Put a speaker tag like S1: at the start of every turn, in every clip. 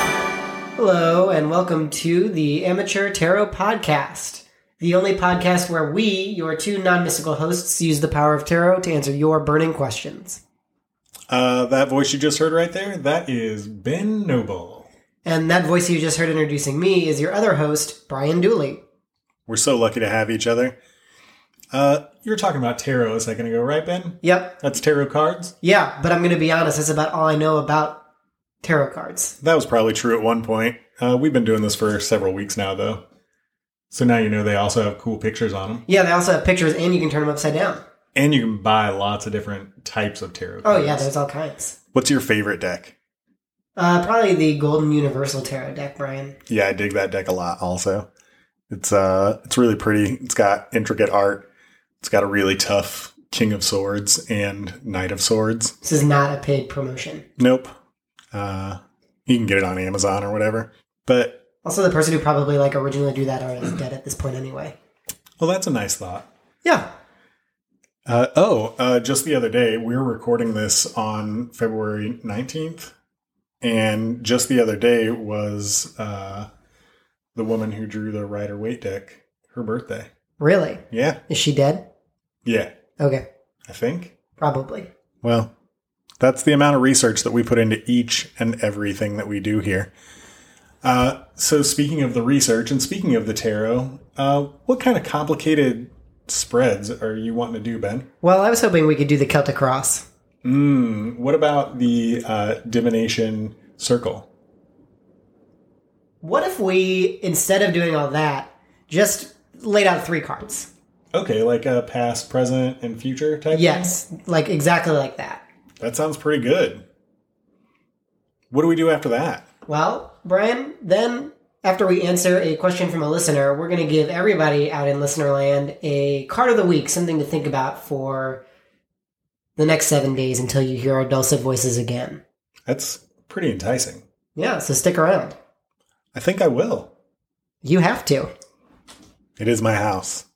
S1: Hello, and welcome to the Amateur Tarot Podcast, the only podcast where we, your two non mystical hosts, use the power of tarot to answer your burning questions.
S2: Uh, that voice you just heard right there, that is Ben Noble.
S1: And that voice you just heard introducing me is your other host, Brian Dooley.
S2: We're so lucky to have each other. Uh, you were talking about tarot a second ago, right, Ben?
S1: Yep.
S2: That's tarot cards.
S1: Yeah, but I'm going to be honest, that's about all I know about tarot cards.
S2: That was probably true at one point. Uh, we've been doing this for several weeks now, though. So now you know they also have cool pictures on them.
S1: Yeah, they also have pictures and you can turn them upside down.
S2: And you can buy lots of different types of tarot
S1: Oh,
S2: cards.
S1: yeah, there's all kinds.
S3: What's your favorite deck?
S1: Uh, probably the Golden Universal Tarot deck, Brian.
S3: Yeah, I dig that deck a lot also. It's uh it's really pretty. It's got intricate art. It's got a really tough King of Swords and Knight of Swords.
S1: This is not a paid promotion.
S3: Nope. Uh you can get it on Amazon or whatever. But
S1: Also, the person who probably like originally drew that art is dead at this point anyway.
S3: well that's a nice thought.
S1: Yeah,
S3: Uh, oh, uh, just the other day, we were recording this on February 19th. And just the other day was uh, the woman who drew the Rider Waite deck, her birthday.
S1: really.
S3: Yeah.
S1: Is she dead?
S3: Yeah.
S1: Okay,
S3: I think.
S1: probably.
S3: Well, that's the amount of research that we put into each and everything that we do here. Uh, so, speaking of the research and speaking of the tarot, uh, what kind of complicated spreads are you wanting to do, Ben?
S1: Well, I was hoping we could do the Celtic Cross.
S3: Mm, what about the uh, divination circle?
S1: What if we, instead of doing all that, just laid out three cards?
S3: Okay, like a past, present, and future type.
S1: Yes, like exactly like that.
S3: thing? that sounds pretty good. What do we do after that?
S1: Well, Brian, then after we answer a question from a listener, we're going to give everybody out in listener land a card of the week, something to think about for the next seven days until you hear our dulcet voices again.
S3: That's pretty enticing.
S1: Yeah, so stick around.
S3: I think I will.
S1: You have to.
S3: It is my house.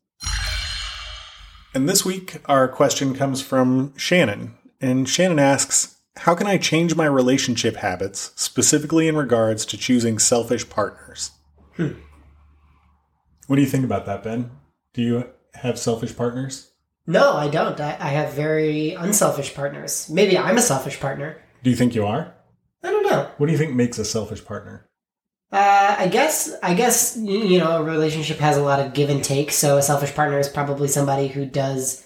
S3: And this week, our question comes from Shannon. And Shannon asks How can I change my relationship habits, specifically in regards to choosing selfish partners?
S2: What do you think about that, Ben? Do you have selfish partners?
S1: No, I don't. I, I have very unselfish partners. Maybe I'm a selfish partner.
S2: Do you think you are?
S1: I don't know.
S2: What do you think makes a selfish partner?
S1: Uh, I guess I guess y- you know a relationship has a lot of give and take. So a selfish partner is probably somebody who does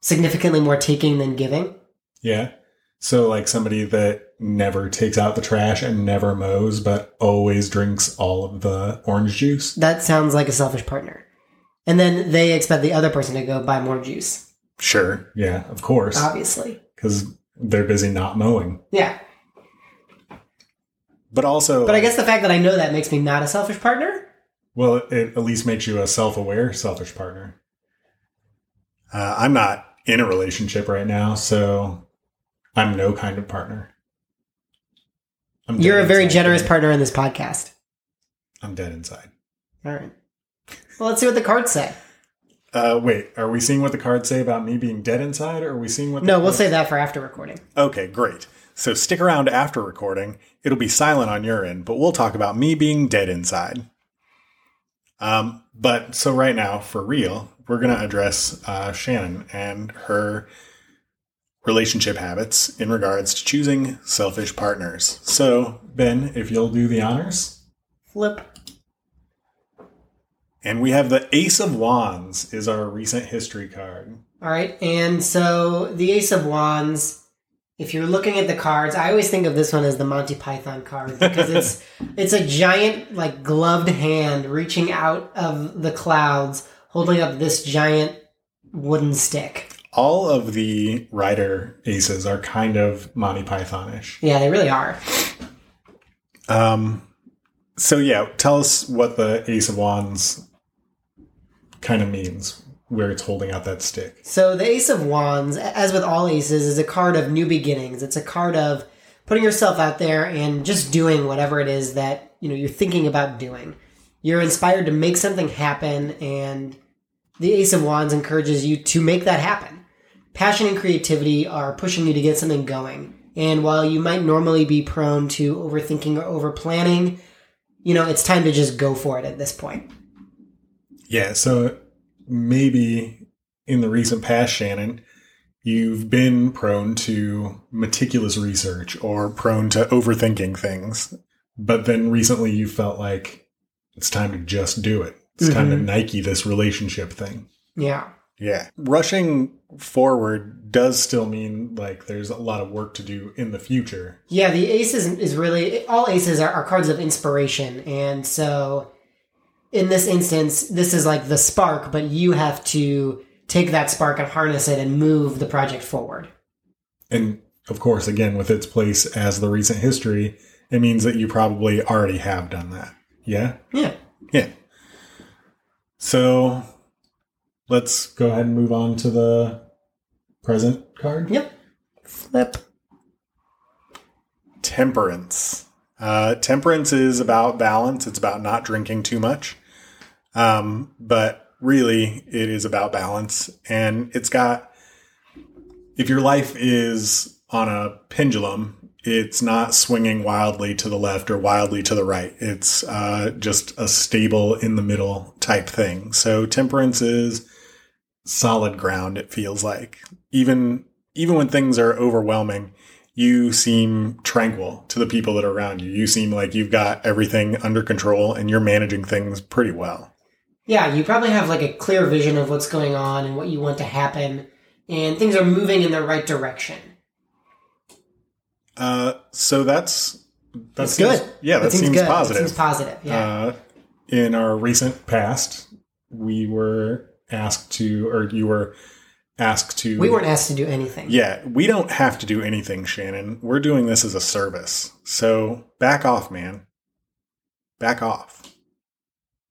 S1: significantly more taking than giving.
S2: Yeah. So, like somebody that never takes out the trash and never mows, but always drinks all of the orange juice.
S1: That sounds like a selfish partner. And then they expect the other person to go buy more juice,
S3: Sure.
S2: Yeah, of
S1: Uh,
S2: course.
S1: obviously.
S2: Because they're busy not mowing.
S1: Yeah,
S3: But also,
S1: but I guess the fact that I know that makes me not a selfish partner.
S2: Well, it at least makes you a self aware, selfish partner.
S3: uh, I'm not in a relationship.
S2: Chip right now, so I'm no kind of partner. I'm
S1: You're
S2: dead
S1: a very
S2: inside.
S1: generous partner in this podcast.
S2: I'm dead inside.
S1: All right. Well, let's see what the cards say.
S3: Uh, wait.
S2: Wait, are we seeing what the cards say about me being dead inside, or are we seeing what? The
S1: No, we'll say that for after recording.
S3: Okay, great. So stick around after recording. It'll be silent on your end, but we'll talk about me being dead inside. Um, but so right now, for real, we're going to address uh, Shannon and her relationship habits in regards to choosing selfish partners. So,
S2: Ben, if you'll do the honors.
S1: Flip.
S3: and we have the Ace of Wands is our recent history card.
S1: All right, and so the Ace of Wands. If you're looking at the cards, I always think of this one as the Monty Python card because it's it's a giant like gloved hand reaching out of the clouds, holding up this giant wooden stick.
S3: All of the rider aces are kind of Monty Python ish.
S1: Yeah, they really are.
S3: Um, so yeah, tell us what the Ace of Wands kind of means, where it's holding out that stick.
S1: So the Ace of Wands, as with all aces, is a card of new beginnings. It's a card of putting yourself out there and just doing whatever it is that you know you're thinking about doing. You're inspired to make something happen, and the Ace of Wands encourages you to make that happen. Passion and creativity are pushing you to get something going. And while you might normally be prone to overthinking or over planning, you know, it's time to just go for it at this point.
S3: Yeah, so maybe in the recent past, Shannon, you've been prone to meticulous research or prone to overthinking things. But then recently you felt like it's time to just do it. It's time to Nike this relationship thing.
S1: Yeah.
S3: Yeah. Rushing forward does still mean like there's a lot of work to do in the future.
S1: Yeah, the ace is, is really all aces are, are cards of inspiration, and so in this instance, this is like the spark, but you have to take that spark and harness it and move the project forward.
S3: And of course, again, with its place as the recent history, it means that you probably already have done that. Yeah?
S1: Yeah,
S3: Yeah. So let's go ahead and move on to the present card.
S1: yep. Flip.
S3: Temperance. Uh, temperance is about balance. It's about not drinking too much. Um, but really, it is about balance. And it's got, if your life is on a pendulum, it's not swinging wildly to the left or wildly to the right. It's uh, just a stable in the middle type thing. So temperance is solid ground. It feels like even even when things are overwhelming, you seem tranquil to the people that are around you. You seem like you've got everything under control and you're managing things pretty well.
S1: Yeah, you probably have like a clear vision of what's going on and what you want to happen, and things are moving in the right direction.
S3: Uh, so that's that's
S1: It's good.
S3: Yeah, that
S1: It
S3: seems,
S1: good.
S3: positive.
S1: It seems positive. Yeah.
S3: Uh, in our recent past, we were asked to, or you were asked to.
S1: we weren't asked to do anything.
S3: Yeah, we don't have to do anything, Shannon. We're doing this as a service. So back off, man. Back off.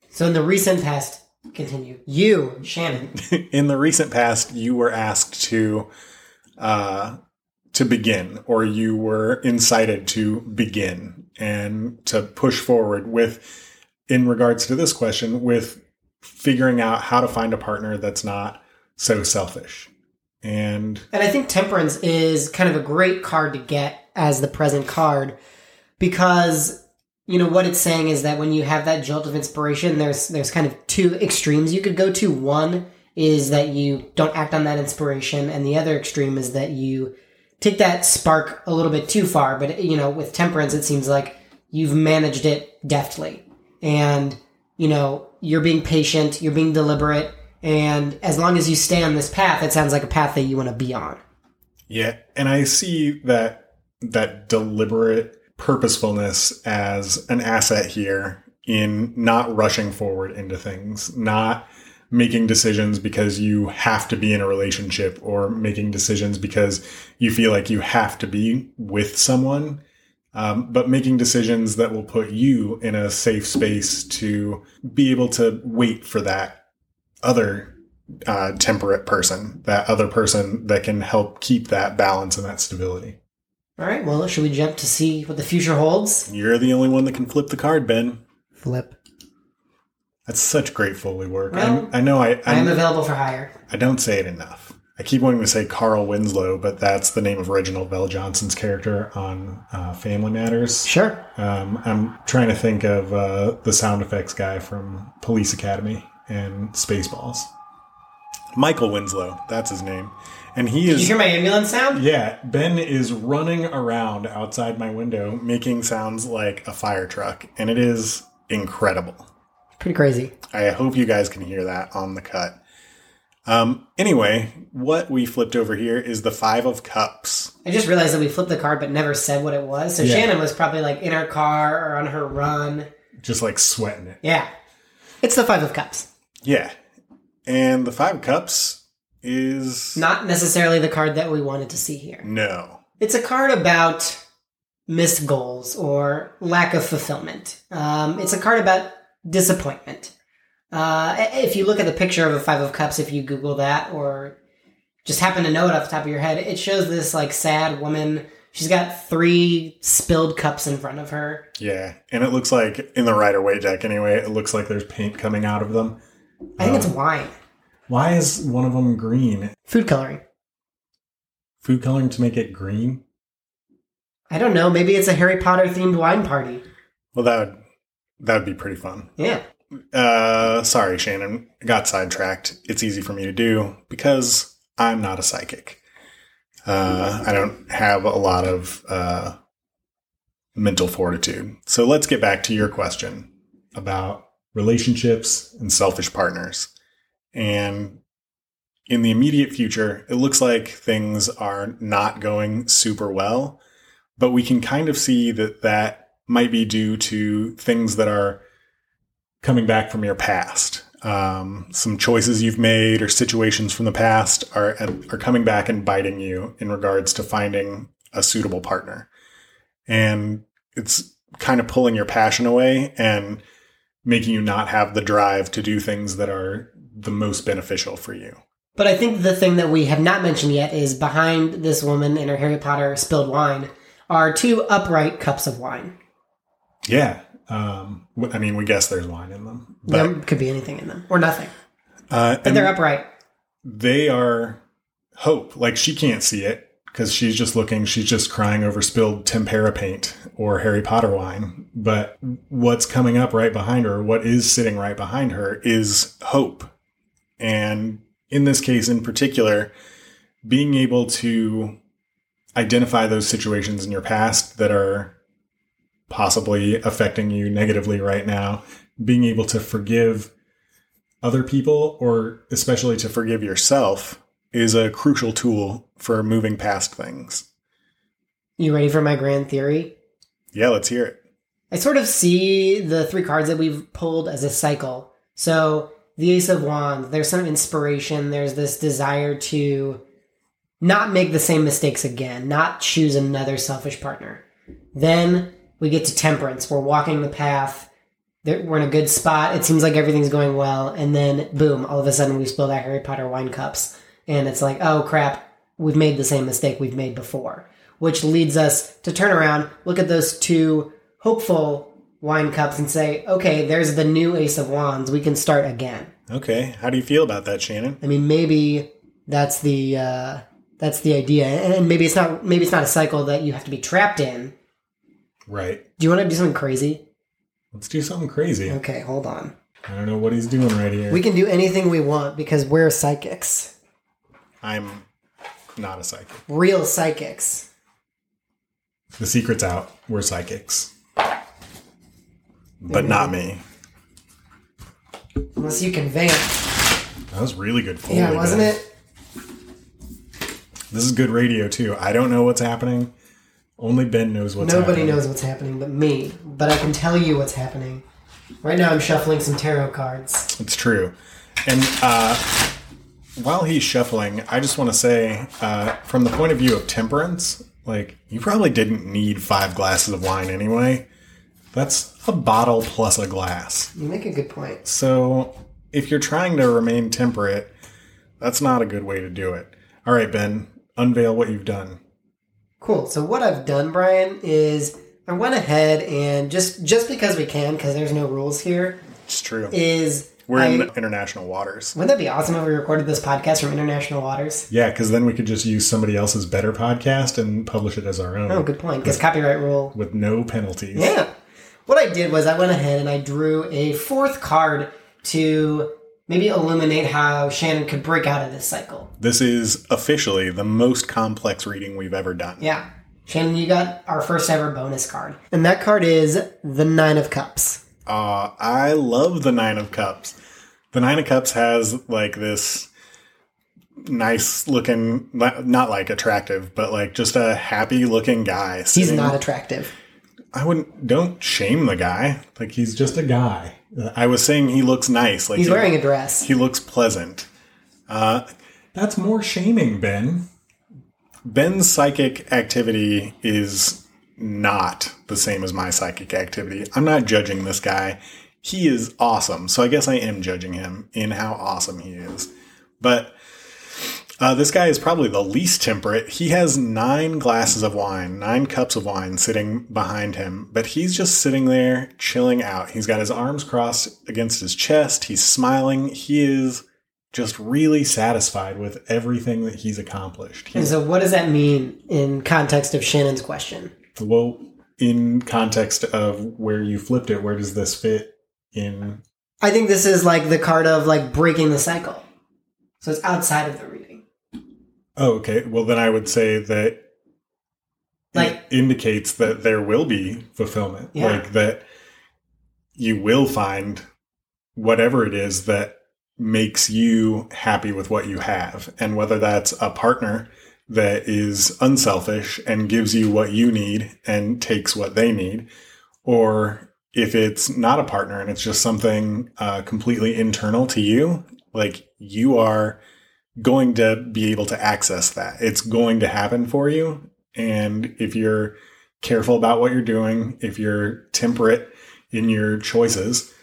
S1: So in the recent past, continue. You, Shannon,
S3: in the recent past, you were asked to uh, to begin, or you were incited to begin and to push forward with, in regards to this question, with figuring out how to find a partner that's not so selfish. And
S1: And I think Temperance is kind of a great card to get as the present card because you know what it's saying is that when you have that jolt of inspiration, there's there's kind of two extremes you could go to. One is that you don't act on that inspiration, and the other extreme is that you take that spark a little bit too far. But you know, with Temperance, it seems like you've managed it deftly, and you know you're being patient, you're being deliberate, and as long as you stay on this path, it sounds like a path that you want to be on.
S3: Yeah, and I see that that deliberate purposefulness as an asset here in not rushing forward into things, not making decisions because you have to be in a relationship or making decisions because you feel like you have to be with someone, um, but making decisions that will put you in a safe space to be able to wait for that other uh, temperate person, that other person that can help keep that balance and that stability.
S1: All right, well, should we jump to see what the future holds?
S3: You're the only one that can flip the card, Ben.
S1: Flip.
S3: That's such great Foley work.
S1: Well,
S3: I, I know I,
S1: I am
S3: I,
S1: available for hire.
S3: I don't say it enough. I keep wanting to say Carl Winslow, but that's the name of Reginald Bell Johnson's character on uh, Family Matters.
S1: Sure.
S3: Um, I'm trying to think of uh, the sound effects guy from Police Academy and Spaceballs. Michael Winslow, that's his name. And he
S1: Did
S3: is
S1: you hear my ambulance sound?
S3: Yeah, Ben is running around outside my window making sounds like a fire truck, and it is incredible.
S1: Pretty crazy.
S3: I hope you guys can hear that on the cut. Um, anyway, what we flipped over here is the Five of Cups.
S1: I just realized that we flipped the card but never said what it was. So
S3: Yeah.
S1: Shannon was probably like in her car or on her run.
S3: Just like sweating it.
S1: Yeah. It's the Five of Cups.
S3: Yeah. And the Five of Cups is.
S1: Not necessarily the card that we wanted to see here.
S3: No.
S1: It's a card about missed goals or lack of fulfillment. Um, it's a card about disappointment. Uh, if you look at the picture of a Five of Cups, if you Google that or just happen to know it off the top of your head, it shows this like sad woman. She's got three spilled cups in front of her.
S3: Yeah, and it looks like in the Rider Weight deck anyway. It looks like there's paint coming out of them.
S1: I think
S3: Um,
S1: it's wine.
S3: Why is one of them green?
S1: Food coloring.
S3: Food coloring to make it green?
S1: I don't know. Maybe it's a Harry Potter themed wine party.
S3: Well, that would, that would be pretty fun.
S1: Yeah.
S3: Uh, sorry, Shannon, I got sidetracked. It's easy for me to do because I'm not a psychic. Uh, I don't have a lot of uh, mental fortitude. So let's get back to your question about relationships and selfish partners. And in the immediate future, it looks like things are not going super well, but we can kind of see that that might be due to things that are coming back from your past. Um, some choices you've made or situations from the past are are coming back and biting you in regards to finding a suitable partner, and it's kind of pulling your passion away and making you not have the drive to do things that are the most beneficial for you.
S1: But I think the thing that we have not mentioned yet is behind this woman and her Harry Potter spilled wine are two upright cups of wine.
S3: Yeah, um, w- I mean, we guess there's wine in them, but
S1: There could be anything in them or nothing.
S3: uh,
S1: But
S3: and-
S1: they're upright.
S3: they are hope. Like she can't see it because she's just looking, she's just crying over spilled tempera paint or Harry Potter wine. But what's coming up right behind her, what is sitting right behind her, is hope. And in this case in particular, being able to identify those situations in your past that are possibly affecting you negatively right now, being able to forgive other people or especially to forgive yourself is a crucial tool for moving past things.
S1: You ready for my grand theory?
S3: Yeah, let's hear it.
S1: I sort of see the three cards that we've pulled as a cycle. So the Ace of Wands, there's some inspiration, there's this desire to not make the same mistakes again, not choose another selfish partner. Then we get to Temperance. We're walking the path. There- We're in a good spot. It seems like everything's going well. And then, boom, all of a sudden we spill our Harry Potter wine cups. And it's like, oh crap, we've made the same mistake we've made before. Which leads us to turn around, look at those two hopeful wine cups and say, okay, there's the new Ace of Wands. We can start again.
S3: Okay, how do you feel about that, Shannon?
S1: I mean, maybe that's the uh, that's the idea, and maybe it's not maybe it's not a cycle that you have to be trapped in.
S3: Right.
S1: Do you want to do something crazy?
S3: Let's do something crazy.
S1: Okay, hold on.
S3: I don't know what he's doing right here.
S1: We can do anything we want because we're psychics,
S3: I'm not a psychic.
S1: real psychics.
S3: The secret's out. We're psychics. But not me.
S1: Unless you can vamp.
S3: That was really good fooling.
S1: Yeah, wasn't it?
S3: This is good radio too. I don't know what's happening. Only Ben knows what's
S1: Nobody
S3: happening.
S1: knows what's happening but me, but I can tell you what's happening. Right now, I'm shuffling some tarot cards.
S3: It's true. And uh, while he's shuffling, I just want to say, uh, from the point of view of temperance, like you probably didn't need five glasses of wine anyway. That's a bottle plus a glass.
S1: You make a good point.
S3: So if you're trying to remain temperate, that's not a good way to do it. All right, Ben, unveil what you've done.
S1: Cool. So what I've done, Brian, is I went ahead and just just because we can, because there's no rules here,
S3: It's true.
S1: is
S3: We're
S1: I-
S3: in international waters.
S1: Wouldn't that be awesome if we recorded this podcast from international waters?
S3: Yeah, because then we could just use somebody else's better podcast and publish it as our own
S1: Oh, good point. Because copyright rule.
S3: with no penalties.
S1: Yeah. What I did was I went ahead and I drew a fourth card to maybe illuminate how Shannon could break out of this cycle.
S3: This is officially the most complex reading we've ever done.
S1: Yeah. Shannon, you got our first ever bonus card. And that card is the Nine of Cups.
S3: Uh, I love the Nine of Cups. The Nine of Cups has like this nice looking, not like attractive, but like just a happy looking guy.
S1: He's
S3: sitting-
S1: not attractive.
S3: I wouldn't, don't shame the guy. Like he's just a guy. I was saying he looks nice. Like
S1: He's
S3: he,
S1: wearing a dress.
S3: he looks pleasant. Uh, That's more shaming, Ben. Ben's psychic activity is not the same as my psychic activity. I'm not judging this guy. He is awesome. So I guess I am judging him in how awesome he is. But uh, this guy is probably the least temperate. He has nine glasses of wine, nine cups of wine sitting behind him, but he's just sitting there chilling out. He's got his arms crossed against his chest. He's smiling. He is just really satisfied with everything that he's accomplished.
S1: And
S3: He's,
S1: so, what does that mean in context of Shannon's question?
S3: well, in context of where you flipped it, where does this fit in?
S1: I think this is like the card of like breaking the cycle. So it's outside of the reading.
S3: Oh, okay. Well, then I would say that
S1: Like-
S3: it indicates that there will be fulfillment.
S1: Yeah.
S3: Like that you will find whatever it is that makes you happy with what you have. And whether that's a partner that is unselfish and gives you what you need and takes what they need, or if it's not a partner and it's just something uh, completely internal to you, like you are going to be able to access that. It's going to happen for you. And if you're careful about what you're doing, if you're temperate in your choices,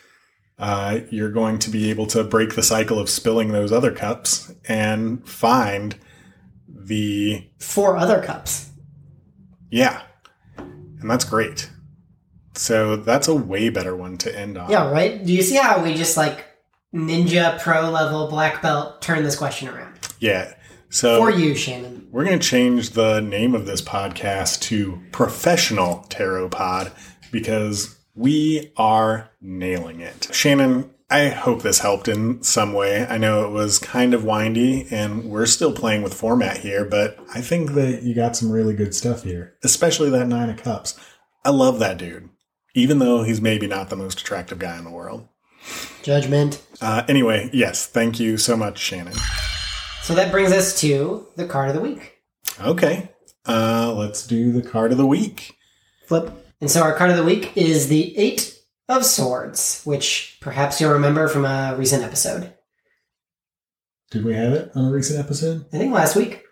S3: uh, you're going to be able to break the cycle of spilling those other cups and find the,
S1: Four other cups.
S3: yeah. And that's great. So that's a way better one to end on.
S1: Yeah, right? Do you see how we just like ninja pro level black belt turn this question around?
S3: Yeah. So
S1: For you, Shannon.
S3: We're going to change the name of this podcast to Professional Tarot Pod because we are nailing it. Shannon, I hope this helped in some way. I know it was kind of windy and we're still playing with format here, but I think that you got some really good stuff here, especially that Nine of Cups. I love that dude, even though he's maybe not the most attractive guy in the world.
S1: Judgment.
S3: Uh, anyway, yes, thank you so much, Shannon.
S1: So that brings us to the card of the week.
S3: Okay, uh, let's do the card of the week.
S1: Flip. And so our card of the week is the Eight of Swords, which perhaps you'll remember from a recent episode.
S3: Did we have it on a recent episode?
S1: I think last week.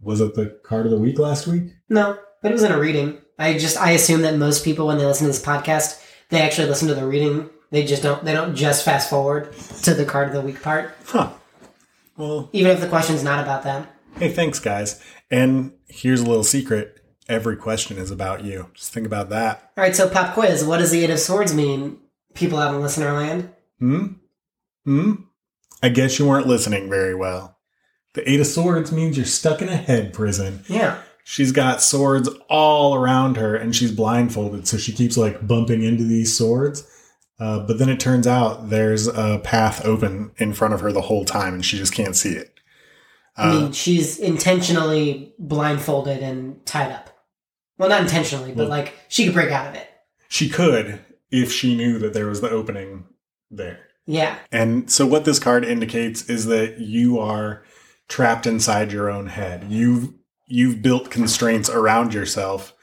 S3: Was it the card of the week last week?
S1: No, but it was in a reading. I just I assume that most people when they listen to this podcast, they actually listen to the reading. They just don't they don't just fast forward to the card of the week part,
S3: Huh. Well,
S1: even if the question's not about them.
S3: hey, thanks, guys. And here's a little secret every question is about you. Just think about that.
S1: All right, so pop quiz: What does the Eight of Swords mean? People out in listener land.
S3: Hmm? Hmm? I guess you weren't listening very well. The Eight of Swords means you're stuck in a head prison.
S1: Yeah,
S3: She's got swords all around her and she's blindfolded, so she keeps like bumping into these swords. Uh, but then it turns out there's a path open in front of her the whole time and she just can't see it. Uh,
S1: I mean she's intentionally blindfolded and tied up. Well, not intentionally, but
S3: Well-
S1: like she could break out of it.
S3: She could if she knew that there was the opening there.
S1: Yeah,
S3: And so, what this card indicates is that you are trapped inside your own head. You've you've built constraints around yourself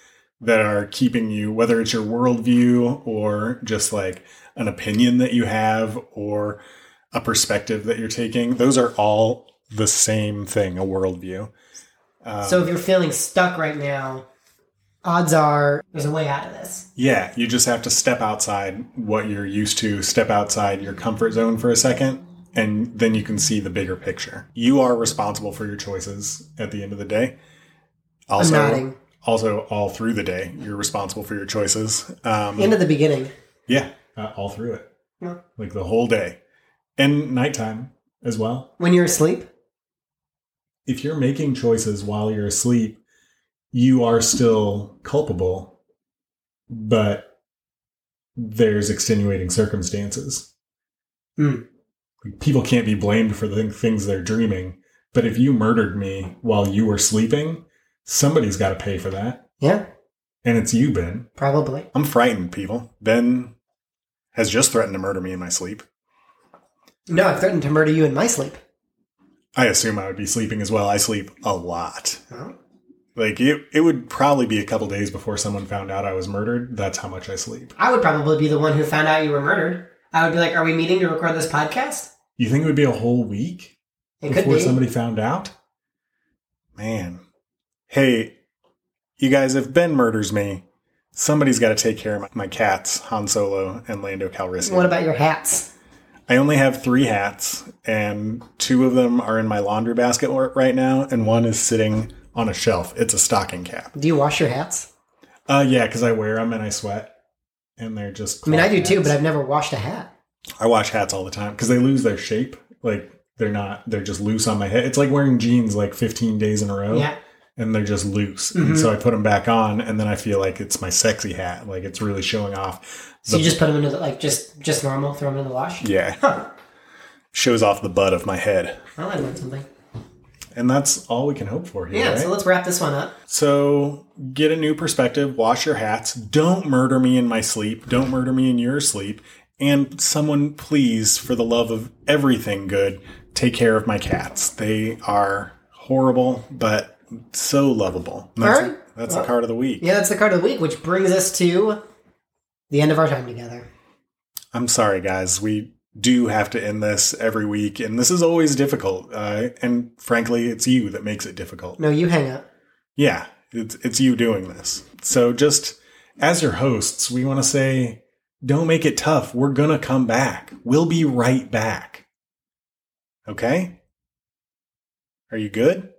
S3: that are keeping you, whether it's your worldview or just like an opinion that you have or a perspective that you're taking. Those are all the same thing, a worldview. Um,
S1: so if you're feeling stuck right now, odds are there's a way out of this.
S3: Yeah, you just have to step outside what you're used to, step outside your comfort zone for a second, and then you can see the bigger picture. You are responsible for your choices at the end of the day. Also,
S1: nodding.
S3: also all through the day, you're responsible for your choices. Um,
S1: End of the beginning.
S3: yeah, uh, all through it,
S1: Yeah.
S3: like the whole day, and nighttime as well
S1: When you're asleep,
S3: if you're making choices while you're asleep, you are still culpable, but there's extenuating circumstances.
S1: Hmm.
S3: Like, People can't be blamed for the things they're dreaming. But if you murdered me while you were sleeping, somebody's got to pay for that.
S1: yeah,
S3: And it's you, Ben.
S1: probably.
S3: I'm frightened, people. Ben has just threatened to murder me in my sleep.
S1: No, I threatened to murder you in my sleep.
S3: I assume I would be sleeping as well. I sleep a lot.
S1: Well,
S3: Like it, it would probably be a couple days before someone found out I was murdered. That's how much I sleep.
S1: I would probably be the one who found out you were murdered. I would be like, "Are we meeting to record this podcast?"
S3: You think it would be a whole week
S1: It could
S3: before
S1: be.
S3: somebody found out? Man. Hey, You guys, if Ben murders me, somebody's got to take care of my, my cats, Han Solo and Lando Calrissian.
S1: What about your hats?
S3: I only have three hats, and two of them are in my laundry basket or- right now, and one is sitting on a shelf. It's a stocking cap.
S1: Do you wash your hats?
S3: Uh, yeah, because I wear them and I sweat, and they're just.
S1: I mean, I do
S3: cloth
S1: too,
S3: hats.
S1: but I've never washed a hat.
S3: I wash hats all the time because they lose their shape. Like they're not, they're just loose on my head. It's like wearing jeans like 15 days in a row.
S1: Yeah. Mm-hmm.
S3: And they're just loose. And so I put them back on and then I feel like it's my sexy hat. Like it's really showing off.
S1: So you
S3: the-
S1: just put them into the, like just just normal, throw them in the wash.
S3: yeah.
S1: Huh.
S3: Shows off the butt of my head.
S1: I like that something.
S3: And that's all we can hope for here.
S1: Yeah.
S3: right?
S1: So let's wrap this one up.
S3: So get a new perspective, wash your hats, don't murder me in my sleep, don't murder me in your sleep. And someone, please, for the love of everything good, take care of my cats. They are horrible, but so lovable. And That's,
S1: All right.
S3: that's the card of the week.
S1: Yeah, that's the card of the week, which brings us to the end of our time together.
S3: I'm sorry, guys. We do have to end this every week, and this is always difficult. Uh, and frankly, it's you that makes it difficult.
S1: No, you hang up.
S3: Yeah, it's, it's you doing this. So just as your hosts, we want to say, don't make it tough. We're going to come back. We'll be right back. Okay? Are you good?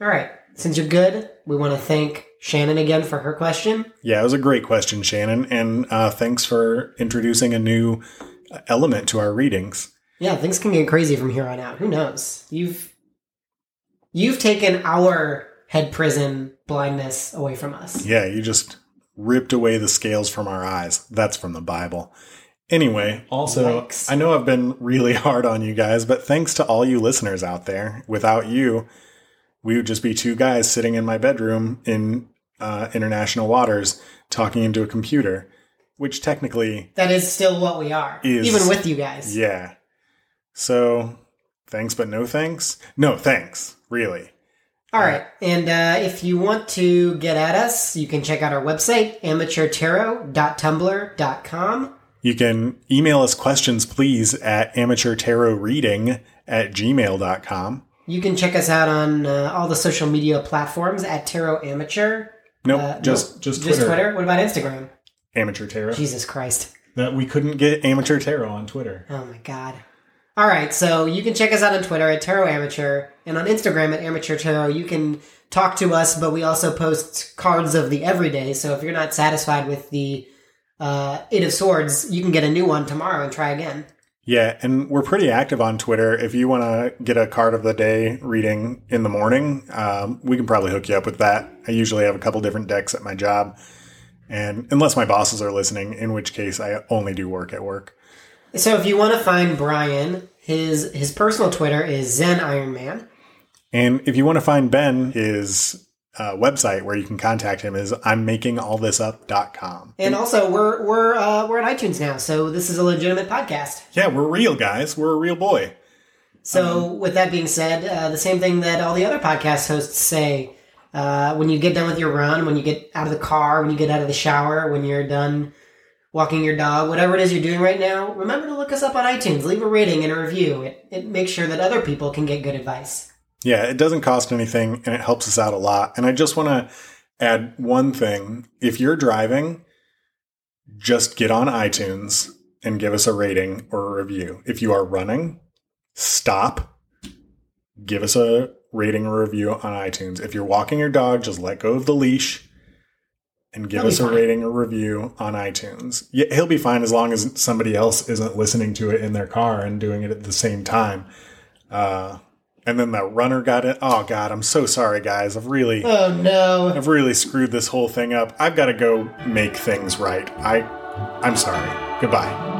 S1: All right. Since you're good, we want to thank Shannon again for her question.
S3: Yeah, it was a great question, Shannon. And uh, thanks for introducing a new uh, element to our readings.
S1: Yeah, things can get crazy from here on out. Who knows? You've you've taken our head prison blindness away from us.
S3: Yeah, you just ripped away the scales from our eyes. That's from the Bible. Anyway, also,
S1: Yikes.
S3: I know I've been really hard on you guys, but thanks to all you listeners out there. Without you, we would just be two guys sitting in my bedroom in uh, international waters talking into a computer, which technically,
S1: That is still what we are,
S3: Is-
S1: even with you guys.
S3: yeah. So, thanks, but no thanks. No thanks, really.
S1: All right. And uh, if you want to get at us, you can check out our website, amateurtarot.tumblr.com.
S3: You can email us questions, please, at amateurtarotreading at gmail.com.
S1: You can check us out on uh, all the social media platforms at Tarot Amateur.
S3: Nope,
S1: Uh,
S3: just,
S1: no,
S3: just
S1: Just
S3: Twitter.
S1: Twitter. What about Instagram?
S3: Amateur tarot.
S1: Jesus Christ.
S3: That we couldn't get amateur tarot on Twitter.
S1: Oh my god. All right, so you can check us out on Twitter at Tarot Amateur and on Instagram at Amateur Tarot. You can talk to us, but we also post cards of the everyday. So if you're not satisfied with the uh, Eight of Swords, you can get a new one tomorrow and try again.
S3: Yeah, and we're pretty active on Twitter. If you want to get a card of the day reading in the morning, um, we can probably hook you up with that. I usually have a couple different decks at my job, and unless my bosses are listening, in which case I only do work at work.
S1: So if you want to find Brian, his his personal Twitter is Zen Iron Man.
S3: And if you want to find Ben, his uh, website where you can contact him is I'm making all this up.com.
S1: And also, we're we're uh, we're on iTunes now, so this is a legitimate podcast.
S3: Yeah, we're real guys. We're a real boy.
S1: So, with that being said, uh, the same thing that all the other podcast hosts say uh, when you get done with your run, when you get out of the car, when you get out of the shower, when you're done walking your dog, whatever it is you're doing right now, remember to look us up on iTunes, leave a rating and a review. It, it makes sure that other people can get good advice.
S3: Yeah, it doesn't cost anything and it helps us out a lot. And I just want to add one thing. If you're driving, just get on iTunes and give us a rating or a review. If you are running, stop, give us a rating or review on iTunes. If you're walking your dog, just let go of the leash and give
S1: He'll be
S3: us a
S1: fine.
S3: rating or review on iTunes. Yeah, he'll be fine as long as somebody else isn't listening to it in their car and doing it at the same time. Uh, and then that runner got it. Oh God, I'm so sorry, guys. I've really,
S1: Oh no.
S3: I've really screwed this whole thing up. I've got to go make things right. I, I'm sorry. Goodbye.